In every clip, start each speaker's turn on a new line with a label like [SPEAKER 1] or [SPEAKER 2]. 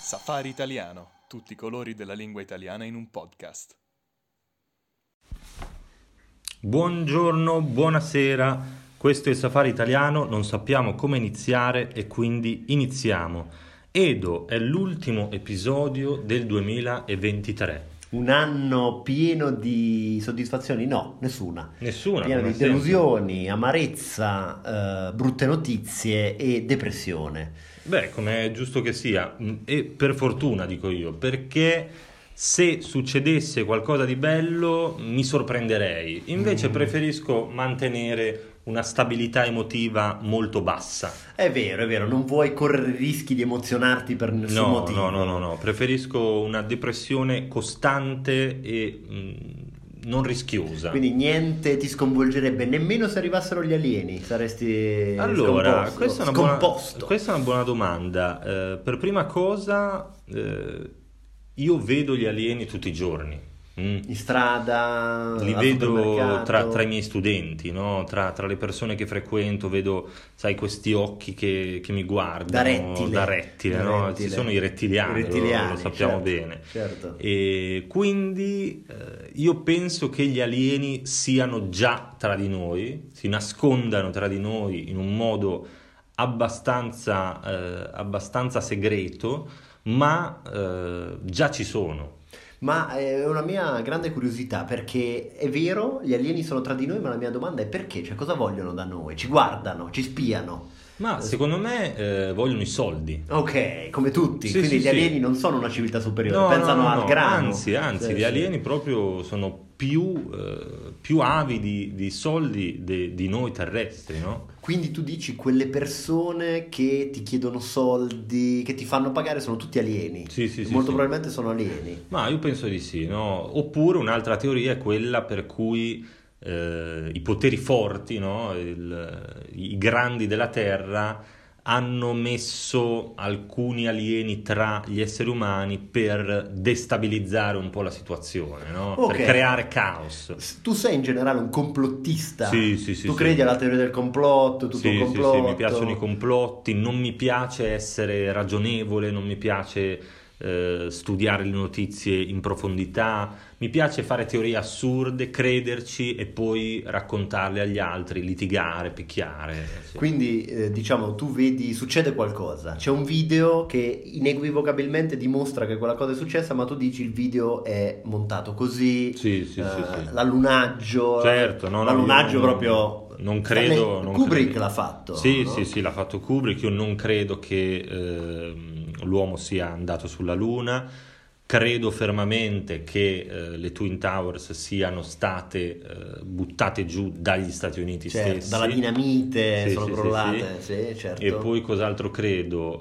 [SPEAKER 1] Safari Italiano, tutti i colori della lingua italiana in un podcast.
[SPEAKER 2] Buongiorno, buonasera, questo è il Safari Italiano, non sappiamo come iniziare e quindi iniziamo. Edo è l'ultimo episodio del 2023.
[SPEAKER 3] Un anno pieno di soddisfazioni? No, nessuna.
[SPEAKER 2] Nessuna.
[SPEAKER 3] pieno
[SPEAKER 2] non
[SPEAKER 3] di
[SPEAKER 2] ha senso.
[SPEAKER 3] delusioni, amarezza, eh, brutte notizie e depressione.
[SPEAKER 2] Beh, come è giusto che sia, mm, e per fortuna dico io, perché se succedesse qualcosa di bello mi sorprenderei, invece
[SPEAKER 3] Mm.
[SPEAKER 2] preferisco mantenere una stabilità emotiva molto bassa.
[SPEAKER 3] È vero, è vero, non vuoi correre rischi di emozionarti per nessun
[SPEAKER 2] No,
[SPEAKER 3] motivo.
[SPEAKER 2] no, no, no, no, preferisco una depressione costante e mm, non rischiosa.
[SPEAKER 3] Quindi niente ti sconvolgerebbe, nemmeno se arrivassero gli alieni, saresti
[SPEAKER 2] allora,
[SPEAKER 3] eh, scomposto,
[SPEAKER 2] questa è, una buona,
[SPEAKER 3] scomposto.
[SPEAKER 2] questa è una buona domanda. Eh, per prima cosa, eh, io vedo gli alieni tutti i giorni. Mm.
[SPEAKER 3] in strada,
[SPEAKER 2] Li
[SPEAKER 3] Mm, al
[SPEAKER 2] vedo
[SPEAKER 3] supermercato.
[SPEAKER 2] tra, tra i miei studenti, no? tra, tra le persone che frequento, vedo, sai, questi occhi che, che mi guardano
[SPEAKER 3] da rettile,
[SPEAKER 2] da rettile,
[SPEAKER 3] Da
[SPEAKER 2] no?
[SPEAKER 3] rettile.
[SPEAKER 2] Ci sono i rettiliani, lo-
[SPEAKER 3] Rettiliani,
[SPEAKER 2] lo sappiamo
[SPEAKER 3] certo,
[SPEAKER 2] bene.
[SPEAKER 3] Certo.
[SPEAKER 2] E quindi eh, io penso che gli alieni siano già tra di noi, si nascondano tra di noi in un modo abbastanza, eh, abbastanza segreto, ma eh, già ci sono.
[SPEAKER 3] Ma eh, è una mia grande curiosità perché è vero, gli alieni sono tra di noi, ma la mia domanda è perché? Cioè, cosa vogliono da noi? Ci guardano, ci spiano.
[SPEAKER 2] Ma secondo me eh, vogliono i soldi.
[SPEAKER 3] Ok, come tutti.
[SPEAKER 2] Sì,
[SPEAKER 3] Quindi
[SPEAKER 2] sì,
[SPEAKER 3] gli
[SPEAKER 2] sì.
[SPEAKER 3] alieni non sono una civiltà superiore,
[SPEAKER 2] No,
[SPEAKER 3] pensano
[SPEAKER 2] no, no,
[SPEAKER 3] al
[SPEAKER 2] no,
[SPEAKER 3] grano.
[SPEAKER 2] Anzi, anzi,
[SPEAKER 3] Sì,
[SPEAKER 2] gli
[SPEAKER 3] sì.
[SPEAKER 2] alieni proprio sono più, eh, più avidi di soldi de- di noi terrestri, no?
[SPEAKER 3] Quindi tu dici quelle persone che ti chiedono soldi, che ti fanno pagare, sono tutti alieni.
[SPEAKER 2] Sì, sì, sì,
[SPEAKER 3] Molto
[SPEAKER 2] sì.
[SPEAKER 3] probabilmente sono alieni.
[SPEAKER 2] Ma io penso di sì, no? Oppure un'altra teoria è quella per cui eh, i poteri forti, no? Il- i grandi della Terra, hanno messo alcuni alieni tra gli esseri umani per destabilizzare un po' la situazione, no?
[SPEAKER 3] Ok.
[SPEAKER 2] Per creare caos.
[SPEAKER 3] S- Tu sei in generale un complottista.
[SPEAKER 2] Sì, sì, sì,
[SPEAKER 3] tu
[SPEAKER 2] sì.
[SPEAKER 3] credi alla teoria del complotto, tutto
[SPEAKER 2] Sì,
[SPEAKER 3] il
[SPEAKER 2] sì, sì,
[SPEAKER 3] complotto.
[SPEAKER 2] mi piacciono i complotti, non mi piace essere ragionevole, non mi piace eh, studiare le notizie in profondità, mi piace fare teorie assurde, crederci e poi raccontarle agli altri, litigare, picchiare. sì.
[SPEAKER 3] Quindi, eh, diciamo, tu vedi, succede qualcosa. C'è un video che inequivocabilmente dimostra che quella cosa è successa, ma tu dici il video è montato così.
[SPEAKER 2] Sì, sì, sì,
[SPEAKER 3] eh,
[SPEAKER 2] sì.
[SPEAKER 3] L'allunaggio.
[SPEAKER 2] Certo, no, no,
[SPEAKER 3] l'allunaggio
[SPEAKER 2] io non-
[SPEAKER 3] proprio.
[SPEAKER 2] non credo,
[SPEAKER 3] Le-
[SPEAKER 2] non
[SPEAKER 3] Kubrick
[SPEAKER 2] credo.
[SPEAKER 3] l'ha fatto.
[SPEAKER 2] Sì,
[SPEAKER 3] no?
[SPEAKER 2] sì, sì, l'ha fatto Kubrick. Io non credo che ehm, l'uomo sia andato sulla Luna. Credo fermamente che eh, le Twin Towers siano state eh, buttate giù dagli Stati Uniti
[SPEAKER 3] Certo,
[SPEAKER 2] stessi.
[SPEAKER 3] dalla dinamite
[SPEAKER 2] Sì,
[SPEAKER 3] sono
[SPEAKER 2] sì, sì,
[SPEAKER 3] crollate. Sì, certo.
[SPEAKER 2] E poi cos'altro credo?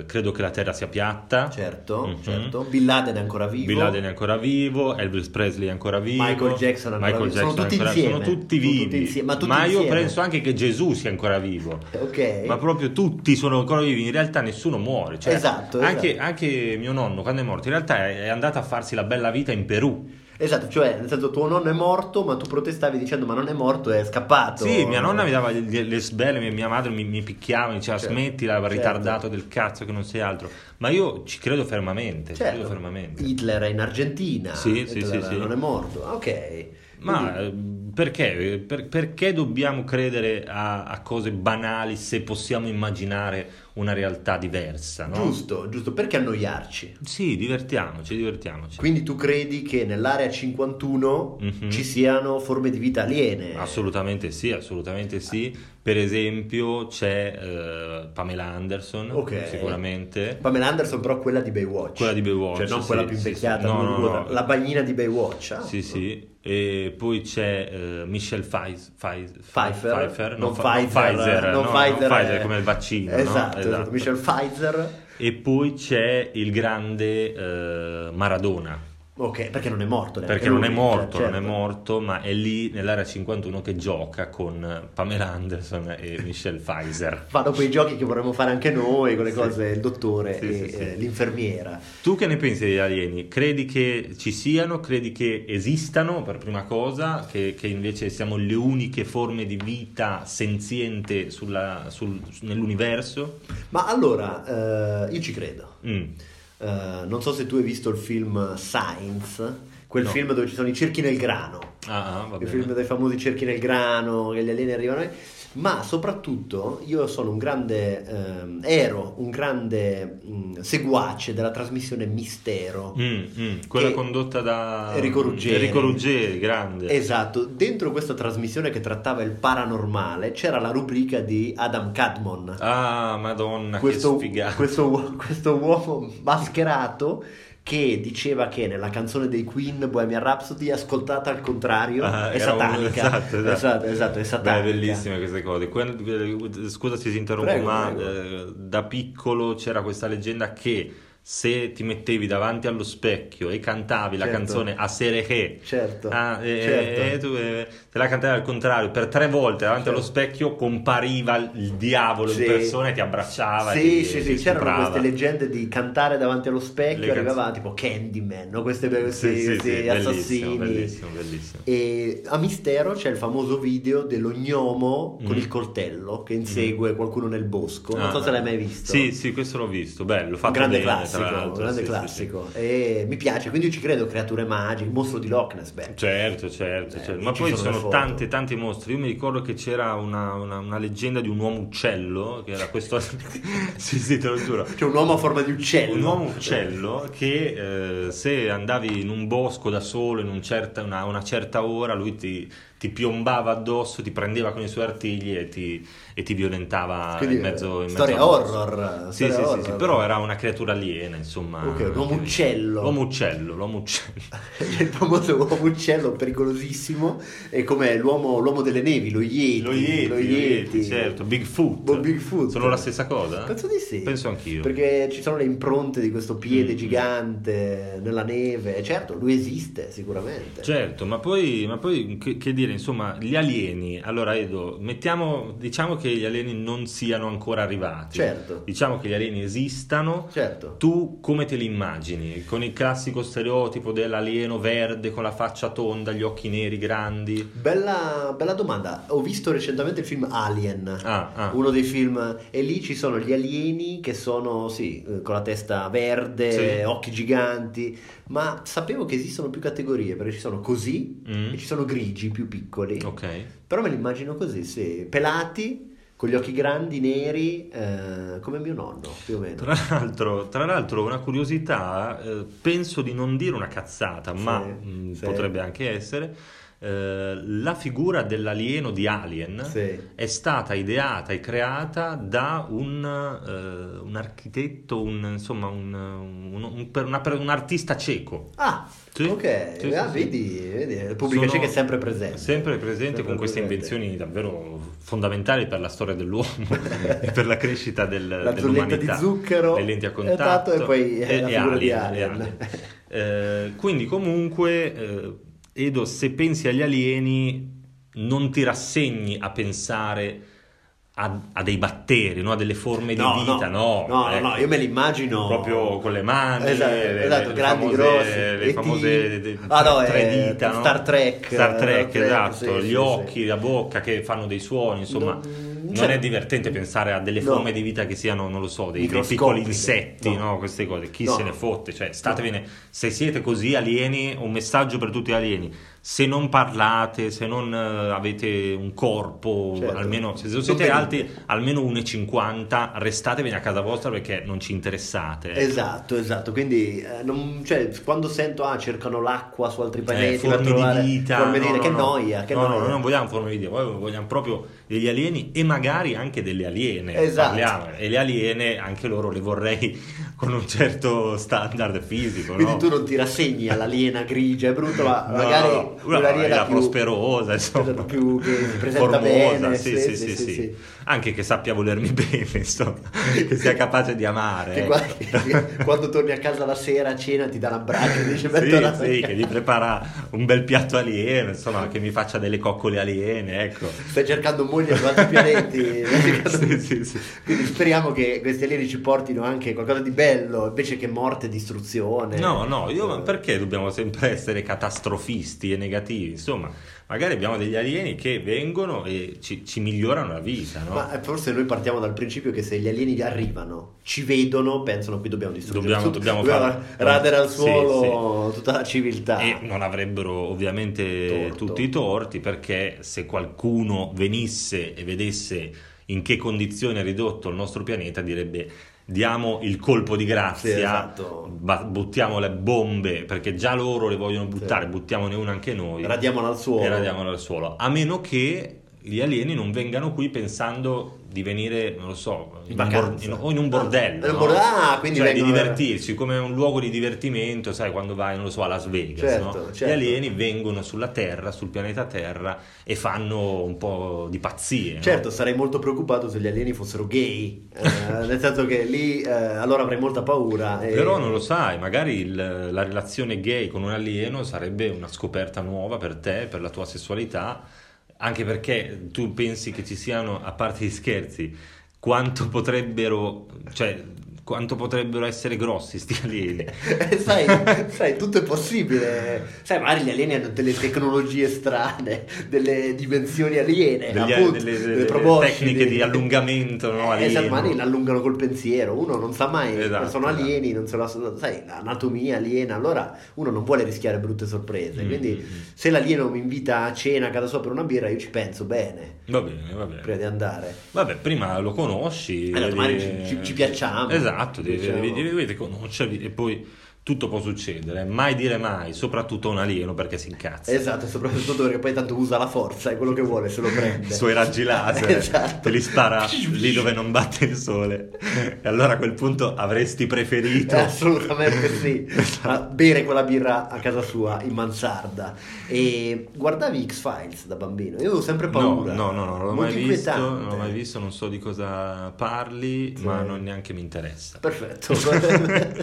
[SPEAKER 2] Eh, credo che la Terra sia piatta.
[SPEAKER 3] Certo,
[SPEAKER 2] Mhm.
[SPEAKER 3] certo. Bin Laden è ancora vivo.
[SPEAKER 2] Bin Laden è ancora vivo, Elvis Presley è ancora vivo,
[SPEAKER 3] Michael Jackson è ancora
[SPEAKER 2] Michael
[SPEAKER 3] vivo. Sono
[SPEAKER 2] Jackson è
[SPEAKER 3] tutti
[SPEAKER 2] ancora-
[SPEAKER 3] insieme.
[SPEAKER 2] sono tutti
[SPEAKER 3] Sono
[SPEAKER 2] vivi.
[SPEAKER 3] tutti insieme, ma tutti
[SPEAKER 2] io
[SPEAKER 3] insieme.
[SPEAKER 2] penso anche che Gesù sia ancora vivo.
[SPEAKER 3] Ok.
[SPEAKER 2] Ma proprio tutti sono ancora vivi, in realtà nessuno muore. Cioè,
[SPEAKER 3] Esatto,
[SPEAKER 2] anche,
[SPEAKER 3] esatto.
[SPEAKER 2] anche mio nonno, quando è morto, in realtà è è andato a farsi la bella vita in Perù.
[SPEAKER 3] Esatto, cioè, nel senso, tuo nonno è morto, ma tu protestavi dicendo: Ma non è morto, è scappato.
[SPEAKER 2] Sì, mia nonna mi dava le, le sbelle, mia- mia madre mi, mi picchiava, mi diceva
[SPEAKER 3] Certo,
[SPEAKER 2] smettila,
[SPEAKER 3] certo.
[SPEAKER 2] ritardato del cazzo che non sei altro. Ma io ci credo fermamente, ci credo
[SPEAKER 3] Certo,
[SPEAKER 2] fermamente.
[SPEAKER 3] Hitler è in Argentina,
[SPEAKER 2] Sì, sì,
[SPEAKER 3] Hitler
[SPEAKER 2] sì, sì.
[SPEAKER 3] non è morto. Ah, Ok,
[SPEAKER 2] Ma
[SPEAKER 3] Quindi-
[SPEAKER 2] eh, perché? Per- perché dobbiamo credere a, a cose banali se possiamo immaginare una realtà diversa, no?
[SPEAKER 3] giusto, giusto, perché annoiarci?
[SPEAKER 2] Sì, divertiamoci, divertiamoci.
[SPEAKER 3] Quindi tu credi che nell'area 51
[SPEAKER 2] Mhm.
[SPEAKER 3] ci siano forme di vita aliene?
[SPEAKER 2] Assolutamente sì, assolutamente sì. Per esempio c'è eh, Pamela Anderson,
[SPEAKER 3] Ok.
[SPEAKER 2] sicuramente.
[SPEAKER 3] Pamela Anderson, però quella di Baywatch.
[SPEAKER 2] Quella di Baywatch,
[SPEAKER 3] Cioè, non
[SPEAKER 2] sì,
[SPEAKER 3] quella più
[SPEAKER 2] sì,
[SPEAKER 3] invecchiata,
[SPEAKER 2] sì. No, no,
[SPEAKER 3] lunga,
[SPEAKER 2] no.
[SPEAKER 3] la bagnina di Baywatch. ah.
[SPEAKER 2] Sì, sì. E poi c'è eh, Michelle Fais- Fais-
[SPEAKER 3] Pfeiffer,
[SPEAKER 2] non, Fa- non
[SPEAKER 3] Pfizer,
[SPEAKER 2] Pfizer,
[SPEAKER 3] non
[SPEAKER 2] no,
[SPEAKER 3] Pfizer,
[SPEAKER 2] non Pfizer,
[SPEAKER 3] eh.
[SPEAKER 2] come il vaccino. no?
[SPEAKER 3] Esatto, esatto. Michelle Pfizer.
[SPEAKER 2] E poi c'è il grande eh, Maradona.
[SPEAKER 3] Ok, perché non è morto neanche
[SPEAKER 2] Perché non
[SPEAKER 3] Eh, lui,
[SPEAKER 2] è morto,
[SPEAKER 3] cioè,
[SPEAKER 2] non è
[SPEAKER 3] certo.
[SPEAKER 2] morto, ma è lì nell'area 51 che gioca con Pamela Anderson e Michelle Pfizer.
[SPEAKER 3] Fanno quei giochi che vorremmo fare anche noi, con le
[SPEAKER 2] Sì.
[SPEAKER 3] cose, il dottore
[SPEAKER 2] Sì,
[SPEAKER 3] e
[SPEAKER 2] sì, sì.
[SPEAKER 3] eh, l'infermiera.
[SPEAKER 2] Tu che ne pensi degli alieni? Credi che ci siano? Credi che esistano per prima cosa? Che, che invece siamo le uniche forme di vita senziente sulla- sul- nell'universo?
[SPEAKER 3] Ma allora, eh, io ci credo.
[SPEAKER 2] Mm.
[SPEAKER 3] eh, non so se tu hai visto il film Science, quel
[SPEAKER 2] No.
[SPEAKER 3] film dove ci sono i cerchi nel grano.
[SPEAKER 2] Ah, ah, va
[SPEAKER 3] il
[SPEAKER 2] bene.
[SPEAKER 3] film dei famosi cerchi nel grano, che gli alieni arrivano, eh. ma soprattutto io sono un grande, ehm, ero un grande mm, seguace della trasmissione Mistero.
[SPEAKER 2] Mm, mm, quella
[SPEAKER 3] Che-
[SPEAKER 2] condotta da
[SPEAKER 3] Enrico Ruggeri.
[SPEAKER 2] Enrico Ruggeri, grande.
[SPEAKER 3] Esatto, dentro questa trasmissione che trattava il paranormale c'era la rubrica di Adam Cadmon.
[SPEAKER 2] Ah, madonna,
[SPEAKER 3] questo,
[SPEAKER 2] che sfigata.
[SPEAKER 3] questo uo- questo uomo mascherato che diceva che nella canzone dei Queen Bohemian Rhapsody ascoltata al contrario
[SPEAKER 2] Ah,
[SPEAKER 3] è
[SPEAKER 2] era uno-
[SPEAKER 3] satanica
[SPEAKER 2] esatto, esatto.
[SPEAKER 3] esatto, è
[SPEAKER 2] Beh,
[SPEAKER 3] satanica
[SPEAKER 2] bellissime queste cose. Que- eh, Scusa se ti interrompo,
[SPEAKER 3] Prego,
[SPEAKER 2] ma
[SPEAKER 3] prego.
[SPEAKER 2] eh, da piccolo c'era questa leggenda che se ti mettevi davanti allo specchio e cantavi la
[SPEAKER 3] Certo.
[SPEAKER 2] canzone A Sere Che,
[SPEAKER 3] certo,
[SPEAKER 2] ah, eh,
[SPEAKER 3] certo.
[SPEAKER 2] eh, tu, eh, te la cantavi al contrario, per tre volte davanti
[SPEAKER 3] Certo.
[SPEAKER 2] allo specchio compariva il il diavolo
[SPEAKER 3] Sì.
[SPEAKER 2] in persona e ti abbracciava. e
[SPEAKER 3] Sì,
[SPEAKER 2] ti-
[SPEAKER 3] sì,
[SPEAKER 2] ti
[SPEAKER 3] sì, c'erano
[SPEAKER 2] stuprava.
[SPEAKER 3] queste leggende di cantare davanti allo specchio,
[SPEAKER 2] Le
[SPEAKER 3] arrivava tipo Candyman, no? queste
[SPEAKER 2] Sì,
[SPEAKER 3] questi,
[SPEAKER 2] sì,
[SPEAKER 3] questi
[SPEAKER 2] sì,
[SPEAKER 3] assassini.
[SPEAKER 2] bellissimo, bellissimo, bellissimo.
[SPEAKER 3] E a Mistero c'è il famoso video dello gnomo con
[SPEAKER 2] Mm.
[SPEAKER 3] il coltello che insegue qualcuno nel bosco. Non
[SPEAKER 2] Ah,
[SPEAKER 3] so se l'hai mai visto.
[SPEAKER 2] Sì, sì, questo l'ho visto, bello,
[SPEAKER 3] Un
[SPEAKER 2] fatto
[SPEAKER 3] grande
[SPEAKER 2] bene, tra
[SPEAKER 3] classico, un
[SPEAKER 2] l'altro,
[SPEAKER 3] grande
[SPEAKER 2] sì, sì, sì.
[SPEAKER 3] classico. E mi piace, quindi io ci credo, creature magiche, il mostro di Loch Ness, beh.
[SPEAKER 2] Certo, certo,
[SPEAKER 3] Eh,
[SPEAKER 2] certo. ma
[SPEAKER 3] ci
[SPEAKER 2] poi ci
[SPEAKER 3] sono le
[SPEAKER 2] sono
[SPEAKER 3] foto.
[SPEAKER 2] tante, tanti mostri. Io mi ricordo che c'era una, una- una leggenda di un uomo uccello, che era questo... sì, sì, te lo giuro.
[SPEAKER 3] C'è un uomo a forma di uccello.
[SPEAKER 2] Un uomo uccello che eh, se andavi in un bosco da solo in un certa- una, una certa ora, lui ti, ti piombava addosso, ti prendeva con i suoi artigli e ti, e ti violentava
[SPEAKER 3] Quindi,
[SPEAKER 2] ah, in mezzo, in mezzo
[SPEAKER 3] storia
[SPEAKER 2] al bosco.
[SPEAKER 3] horror.
[SPEAKER 2] Sì,
[SPEAKER 3] storia
[SPEAKER 2] sì, sì,
[SPEAKER 3] horror.
[SPEAKER 2] sì, però era una creatura aliena, insomma.
[SPEAKER 3] Ok, un uomo uccello.
[SPEAKER 2] L'uomo uccello, l'uomo uccello.
[SPEAKER 3] C'è il famoso uomo uccello pericolosissimo e come l'uomo, l'uomo delle nevi, lo Yeti.
[SPEAKER 2] Lo Yeti, lo Yeti, certo, Bigfoot.
[SPEAKER 3] Bo- Bigfoot.
[SPEAKER 2] Sono la stessa cosa?
[SPEAKER 3] Penso di sì.
[SPEAKER 2] Penso anch'io.
[SPEAKER 3] Perché ci sono le impronte di questo piede
[SPEAKER 2] Mm.
[SPEAKER 3] gigante nella neve. E Certo, lui esiste sicuramente.
[SPEAKER 2] Certo, ma poi, ma poi che, che dire, insomma, gli alieni, allora Edo, mettiamo, diciamo che gli alieni non siano ancora arrivati.
[SPEAKER 3] Certo.
[SPEAKER 2] Diciamo che gli alieni esistano.
[SPEAKER 3] Certo.
[SPEAKER 2] Tu come te li immagini? Con il classico stereotipo dell'alieno verde con la faccia tonda, gli occhi neri grandi.
[SPEAKER 3] Bella, bella domanda. Ho visto recentemente il film Alien.
[SPEAKER 2] Ah, ah.
[SPEAKER 3] Uno dei film, e lì ci sono gli alieni che sono, sì, eh, con la testa verde,
[SPEAKER 2] Sì.
[SPEAKER 3] occhi giganti, ma sapevo che esistono più categorie perché ci sono così
[SPEAKER 2] Mm.
[SPEAKER 3] e ci sono grigi più piccoli.
[SPEAKER 2] Ok.
[SPEAKER 3] Però me li immagino così, sì, pelati, con gli occhi grandi, neri, eh, come mio nonno, più o meno.
[SPEAKER 2] Tra l'altro, tra l'altro una curiosità, eh, penso di non dire una cazzata,
[SPEAKER 3] Sì,
[SPEAKER 2] ma mh,
[SPEAKER 3] sì.
[SPEAKER 2] potrebbe anche essere, eh, la figura dell'alieno di Alien
[SPEAKER 3] Sì.
[SPEAKER 2] è stata ideata e creata da un, eh, un architetto, un, insomma un, un- un- per- una per- un artista cieco.
[SPEAKER 3] Ah,
[SPEAKER 2] Sì,
[SPEAKER 3] ok,
[SPEAKER 2] sì,
[SPEAKER 3] ah,
[SPEAKER 2] sì,
[SPEAKER 3] vedi, vedi, il pubblico
[SPEAKER 2] Sono
[SPEAKER 3] cieca è sempre presente.
[SPEAKER 2] Sempre presente
[SPEAKER 3] Sempre
[SPEAKER 2] con queste
[SPEAKER 3] presente.
[SPEAKER 2] invenzioni davvero fondamentali per la storia dell'uomo e per la crescita del,
[SPEAKER 3] la zolletta di
[SPEAKER 2] dell'umanità.
[SPEAKER 3] zucchero,
[SPEAKER 2] le lenti a
[SPEAKER 3] eh,
[SPEAKER 2] contatto
[SPEAKER 3] tatto, e poi eh, la
[SPEAKER 2] e
[SPEAKER 3] figura di
[SPEAKER 2] Alien, e
[SPEAKER 3] Alien.
[SPEAKER 2] Alien. Eh, quindi comunque eh, Edo se pensi agli alieni non ti rassegni a pensare a, a dei batteri no? a delle forme di vita no,
[SPEAKER 3] no, no,
[SPEAKER 2] ecco.
[SPEAKER 3] no, io me li immagino
[SPEAKER 2] proprio con le mani
[SPEAKER 3] Esatto,
[SPEAKER 2] le,
[SPEAKER 3] esatto,
[SPEAKER 2] le
[SPEAKER 3] grandi,
[SPEAKER 2] famose,
[SPEAKER 3] grossi,
[SPEAKER 2] le
[SPEAKER 3] ET.
[SPEAKER 2] famose de-
[SPEAKER 3] Ah, no,
[SPEAKER 2] tre
[SPEAKER 3] eh,
[SPEAKER 2] dita no?
[SPEAKER 3] Star Trek, eh,
[SPEAKER 2] Star Trek,
[SPEAKER 3] Star Trek,
[SPEAKER 2] esatto
[SPEAKER 3] sì,
[SPEAKER 2] gli
[SPEAKER 3] sì,
[SPEAKER 2] occhi
[SPEAKER 3] sì.
[SPEAKER 2] la bocca che fanno dei suoni insomma
[SPEAKER 3] Non-
[SPEAKER 2] non
[SPEAKER 3] cioè-
[SPEAKER 2] è divertente pensare a delle
[SPEAKER 3] No.
[SPEAKER 2] forme di vita che siano non lo so dei, dei
[SPEAKER 3] Microscopiche.
[SPEAKER 2] piccoli insetti
[SPEAKER 3] No.
[SPEAKER 2] no, queste cose chi
[SPEAKER 3] No.
[SPEAKER 2] se ne fotte cioè statevene se siete così alieni un messaggio per tutti gli alieni se non parlate se non eh, avete un corpo
[SPEAKER 3] Certo.
[SPEAKER 2] almeno se
[SPEAKER 3] Non
[SPEAKER 2] siete
[SPEAKER 3] venite.
[SPEAKER 2] alti almeno 1,50 restatevene a casa vostra perché non ci interessate
[SPEAKER 3] Esatto, esatto, quindi eh, non- cioè, quando sento ah cercano l'acqua su altri
[SPEAKER 2] Eh,
[SPEAKER 3] pianeti per
[SPEAKER 2] forme
[SPEAKER 3] trovare
[SPEAKER 2] di vita,
[SPEAKER 3] forme di
[SPEAKER 2] no,
[SPEAKER 3] vita,
[SPEAKER 2] no,
[SPEAKER 3] che
[SPEAKER 2] no.
[SPEAKER 3] noia, che
[SPEAKER 2] no, no,
[SPEAKER 3] noia.
[SPEAKER 2] noi non vogliamo forme di vita, noi vogliamo proprio degli alieni e magari anche delle aliene.
[SPEAKER 3] Esatto.
[SPEAKER 2] Parliamo. E le aliene anche loro le vorrei con un certo standard fisico.
[SPEAKER 3] Quindi
[SPEAKER 2] no?
[SPEAKER 3] tu non ti rassegni all'aliena grigia, è brutto, ma
[SPEAKER 2] No,
[SPEAKER 3] magari
[SPEAKER 2] no, una
[SPEAKER 3] un'aliena
[SPEAKER 2] la
[SPEAKER 3] più
[SPEAKER 2] prosperosa, insomma,
[SPEAKER 3] esatto, più che si presenta
[SPEAKER 2] formosa,
[SPEAKER 3] bene,
[SPEAKER 2] sì, sì, sì, sì. anche che sappia volermi bene, insomma, che sia capace di amare.
[SPEAKER 3] Che
[SPEAKER 2] ecco.
[SPEAKER 3] qua- che quando torni a casa la sera a cena ti dà un abbraccio e dice "Metto la-
[SPEAKER 2] sì, sì, che mi prepara un bel piatto alieno, insomma, che mi faccia delle coccole aliene, ecco.
[SPEAKER 3] Stai cercando moglie su altri pianeti. stai cercando-
[SPEAKER 2] Sì, sì, sì.
[SPEAKER 3] Quindi speriamo che questi alieni ci portino anche qualcosa di bello invece che morte e distruzione.
[SPEAKER 2] No, no, io ma
[SPEAKER 3] Eh,
[SPEAKER 2] perché dobbiamo sempre essere catastrofisti e negativi, insomma, magari abbiamo degli alieni che vengono e ci, ci migliorano la vita, no?
[SPEAKER 3] Ma eh, forse noi partiamo dal principio che se gli alieni arrivano, ci vedono, pensano qui dobbiamo distruggere
[SPEAKER 2] Dobbiamo-
[SPEAKER 3] tutto,
[SPEAKER 2] dobbiamo fare-
[SPEAKER 3] radere al
[SPEAKER 2] Sì,
[SPEAKER 3] suolo tutta la civiltà.
[SPEAKER 2] E non avrebbero ovviamente
[SPEAKER 3] Ah. Torto.
[SPEAKER 2] tutti i torti perché se qualcuno venisse e vedesse in che condizione è ridotto il nostro pianeta direbbe diamo il colpo di
[SPEAKER 3] Sì,
[SPEAKER 2] grazia,
[SPEAKER 3] esatto.
[SPEAKER 2] ba- buttiamo le bombe perché già loro le vogliono buttare, buttiamone una anche noi
[SPEAKER 3] Radiamola al suolo.
[SPEAKER 2] e radiamola al suolo. A meno che gli alieni non vengano qui pensando di venire, non lo so,
[SPEAKER 3] In
[SPEAKER 2] un
[SPEAKER 3] vacanza.
[SPEAKER 2] in- o in un
[SPEAKER 3] Ah,
[SPEAKER 2] bordello.
[SPEAKER 3] in un
[SPEAKER 2] no?
[SPEAKER 3] bordello, ah, quindi
[SPEAKER 2] cioè,
[SPEAKER 3] vengono-
[SPEAKER 2] di divertirsi come un luogo di divertimento, sai, quando vai, non lo so, a Las Vegas.
[SPEAKER 3] Certo,
[SPEAKER 2] no?
[SPEAKER 3] certo.
[SPEAKER 2] Gli alieni vengono sulla Terra, sul pianeta Terra e fanno un po' di pazzie. no?
[SPEAKER 3] Certo, sarei molto preoccupato se gli alieni fossero gay, eh, nel senso che lì eh, allora avrei molta paura. e-
[SPEAKER 2] Però non lo sai, magari il- la relazione gay con un alieno sarebbe una scoperta nuova per te, per la tua sessualità, anche perché tu pensi che ci siano, a parte gli scherzi, quanto potrebbero, cioè, quanto potrebbero essere grossi sti alieni.
[SPEAKER 3] Eh, sai, sai, tutto è possibile. Sai, magari gli alieni hanno delle tecnologie strane, delle dimensioni aliene,
[SPEAKER 2] Degli-
[SPEAKER 3] appunto,
[SPEAKER 2] delle-
[SPEAKER 3] delle
[SPEAKER 2] delle
[SPEAKER 3] proboscide.
[SPEAKER 2] tecniche di allungamento, no,
[SPEAKER 3] Eh, sai,
[SPEAKER 2] alieno.
[SPEAKER 3] magari l'allungano col pensiero, uno non sa mai,
[SPEAKER 2] Esatto,
[SPEAKER 3] sono
[SPEAKER 2] esatto.
[SPEAKER 3] alieni, non se la- sai, l'anatomia aliena, allora uno non vuole rischiare brutte sorprese,
[SPEAKER 2] Mm,
[SPEAKER 3] quindi
[SPEAKER 2] mm, mm.
[SPEAKER 3] se l'alieno mi invita a cena a casa sua per una birra, io ci penso bene
[SPEAKER 2] Va bene, va bene.
[SPEAKER 3] prima di andare.
[SPEAKER 2] Vabbè, prima lo conosci.
[SPEAKER 3] Allora,
[SPEAKER 2] devi-
[SPEAKER 3] magari Eh, ci- ci- ci piacciamo.
[SPEAKER 2] Esatto, devi-
[SPEAKER 3] Diciamo.
[SPEAKER 2] devi- devi- dovete conoscervi e poi tutto può succedere. Mai dire mai, soprattutto a un alieno perché si incazza.
[SPEAKER 3] Esatto, soprattutto perché poi tanto usa la forza, è quello che vuole, se lo prende.
[SPEAKER 2] I suoi raggi laser
[SPEAKER 3] Esatto.
[SPEAKER 2] te li spara lì dove non batte il sole. E allora a quel punto avresti preferito.
[SPEAKER 3] Eh, Assolutamente sì,
[SPEAKER 2] Esatto.
[SPEAKER 3] A bere quella birra a casa sua in mansarda. E guardavi X-Files da bambino, io avevo sempre
[SPEAKER 2] No,
[SPEAKER 3] paura.
[SPEAKER 2] no, no, no, non l'ho
[SPEAKER 3] Molto
[SPEAKER 2] mai visto,
[SPEAKER 3] inquietante.
[SPEAKER 2] non l'ho mai visto, non so di cosa parli,
[SPEAKER 3] Sì.
[SPEAKER 2] ma non neanche mi interessa.
[SPEAKER 3] Perfetto,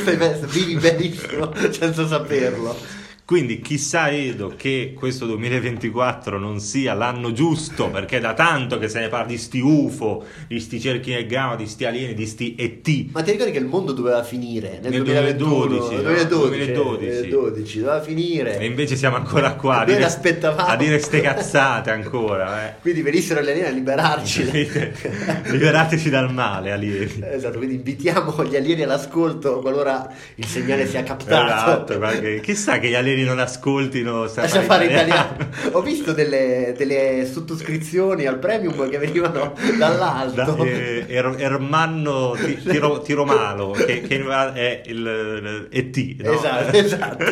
[SPEAKER 3] Stai messo- vivi benissimo senza saperlo.
[SPEAKER 2] Quindi chissà Edo che questo 2024 non sia l'anno giusto, perché è da tanto che se ne parla di sti UFO, di sti cerchi nel gamma, di sti alieni, di sti ET.
[SPEAKER 3] Ma ti ricordi che il mondo doveva finire nel,
[SPEAKER 2] Nel
[SPEAKER 3] 2021,
[SPEAKER 2] 2012, no?
[SPEAKER 3] 2012,
[SPEAKER 2] 2012.
[SPEAKER 3] 2012, doveva finire.
[SPEAKER 2] E invece siamo ancora qua a
[SPEAKER 3] Noi
[SPEAKER 2] dire,
[SPEAKER 3] l'aspettavamo.
[SPEAKER 2] a dire ste cazzate ancora. eh.
[SPEAKER 3] Quindi venissero gli alieni a liberarci.
[SPEAKER 2] Liberateci dal male, alieni.
[SPEAKER 3] Esatto, quindi invitiamo gli alieni all'ascolto qualora il segnale sia captato.
[SPEAKER 2] Esatto, qualche- chissà che gli alieni non ascoltino. sta
[SPEAKER 3] Lascia fare
[SPEAKER 2] parola
[SPEAKER 3] italiano. Ho visto delle, delle sottoscrizioni al premium che venivano dall'alto.
[SPEAKER 2] Da- eh, Er- Ermanno Ti- Tiro- Tiromalo, che, che è il ET. no?
[SPEAKER 3] Esatto, esatto.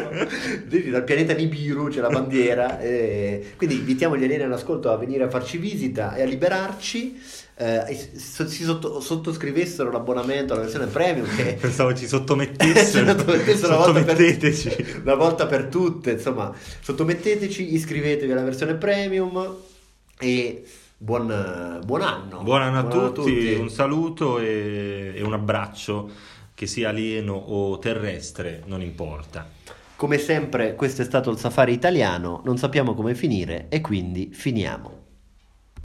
[SPEAKER 3] Vedi, Dal pianeta Nibiru c'è la bandiera. eh, quindi invitiamo gli alieni all'ascolto a venire a farci visita e a liberarci. eh, e s- si sotto- sottoscrivessero l'abbonamento alla versione premium che
[SPEAKER 2] Pensavo ci sottomettessero.
[SPEAKER 3] Sottomettessero una volta per-
[SPEAKER 2] Sottometteteci.
[SPEAKER 3] una volta per tutte, insomma, sottometteteci, iscrivetevi alla versione premium e buon, buon anno.
[SPEAKER 2] Buon anno a tutti, un saluto e, e un abbraccio, che sia alieno o terrestre, non importa.
[SPEAKER 3] Come sempre, questo è stato il safari italiano, non sappiamo come finire e quindi finiamo.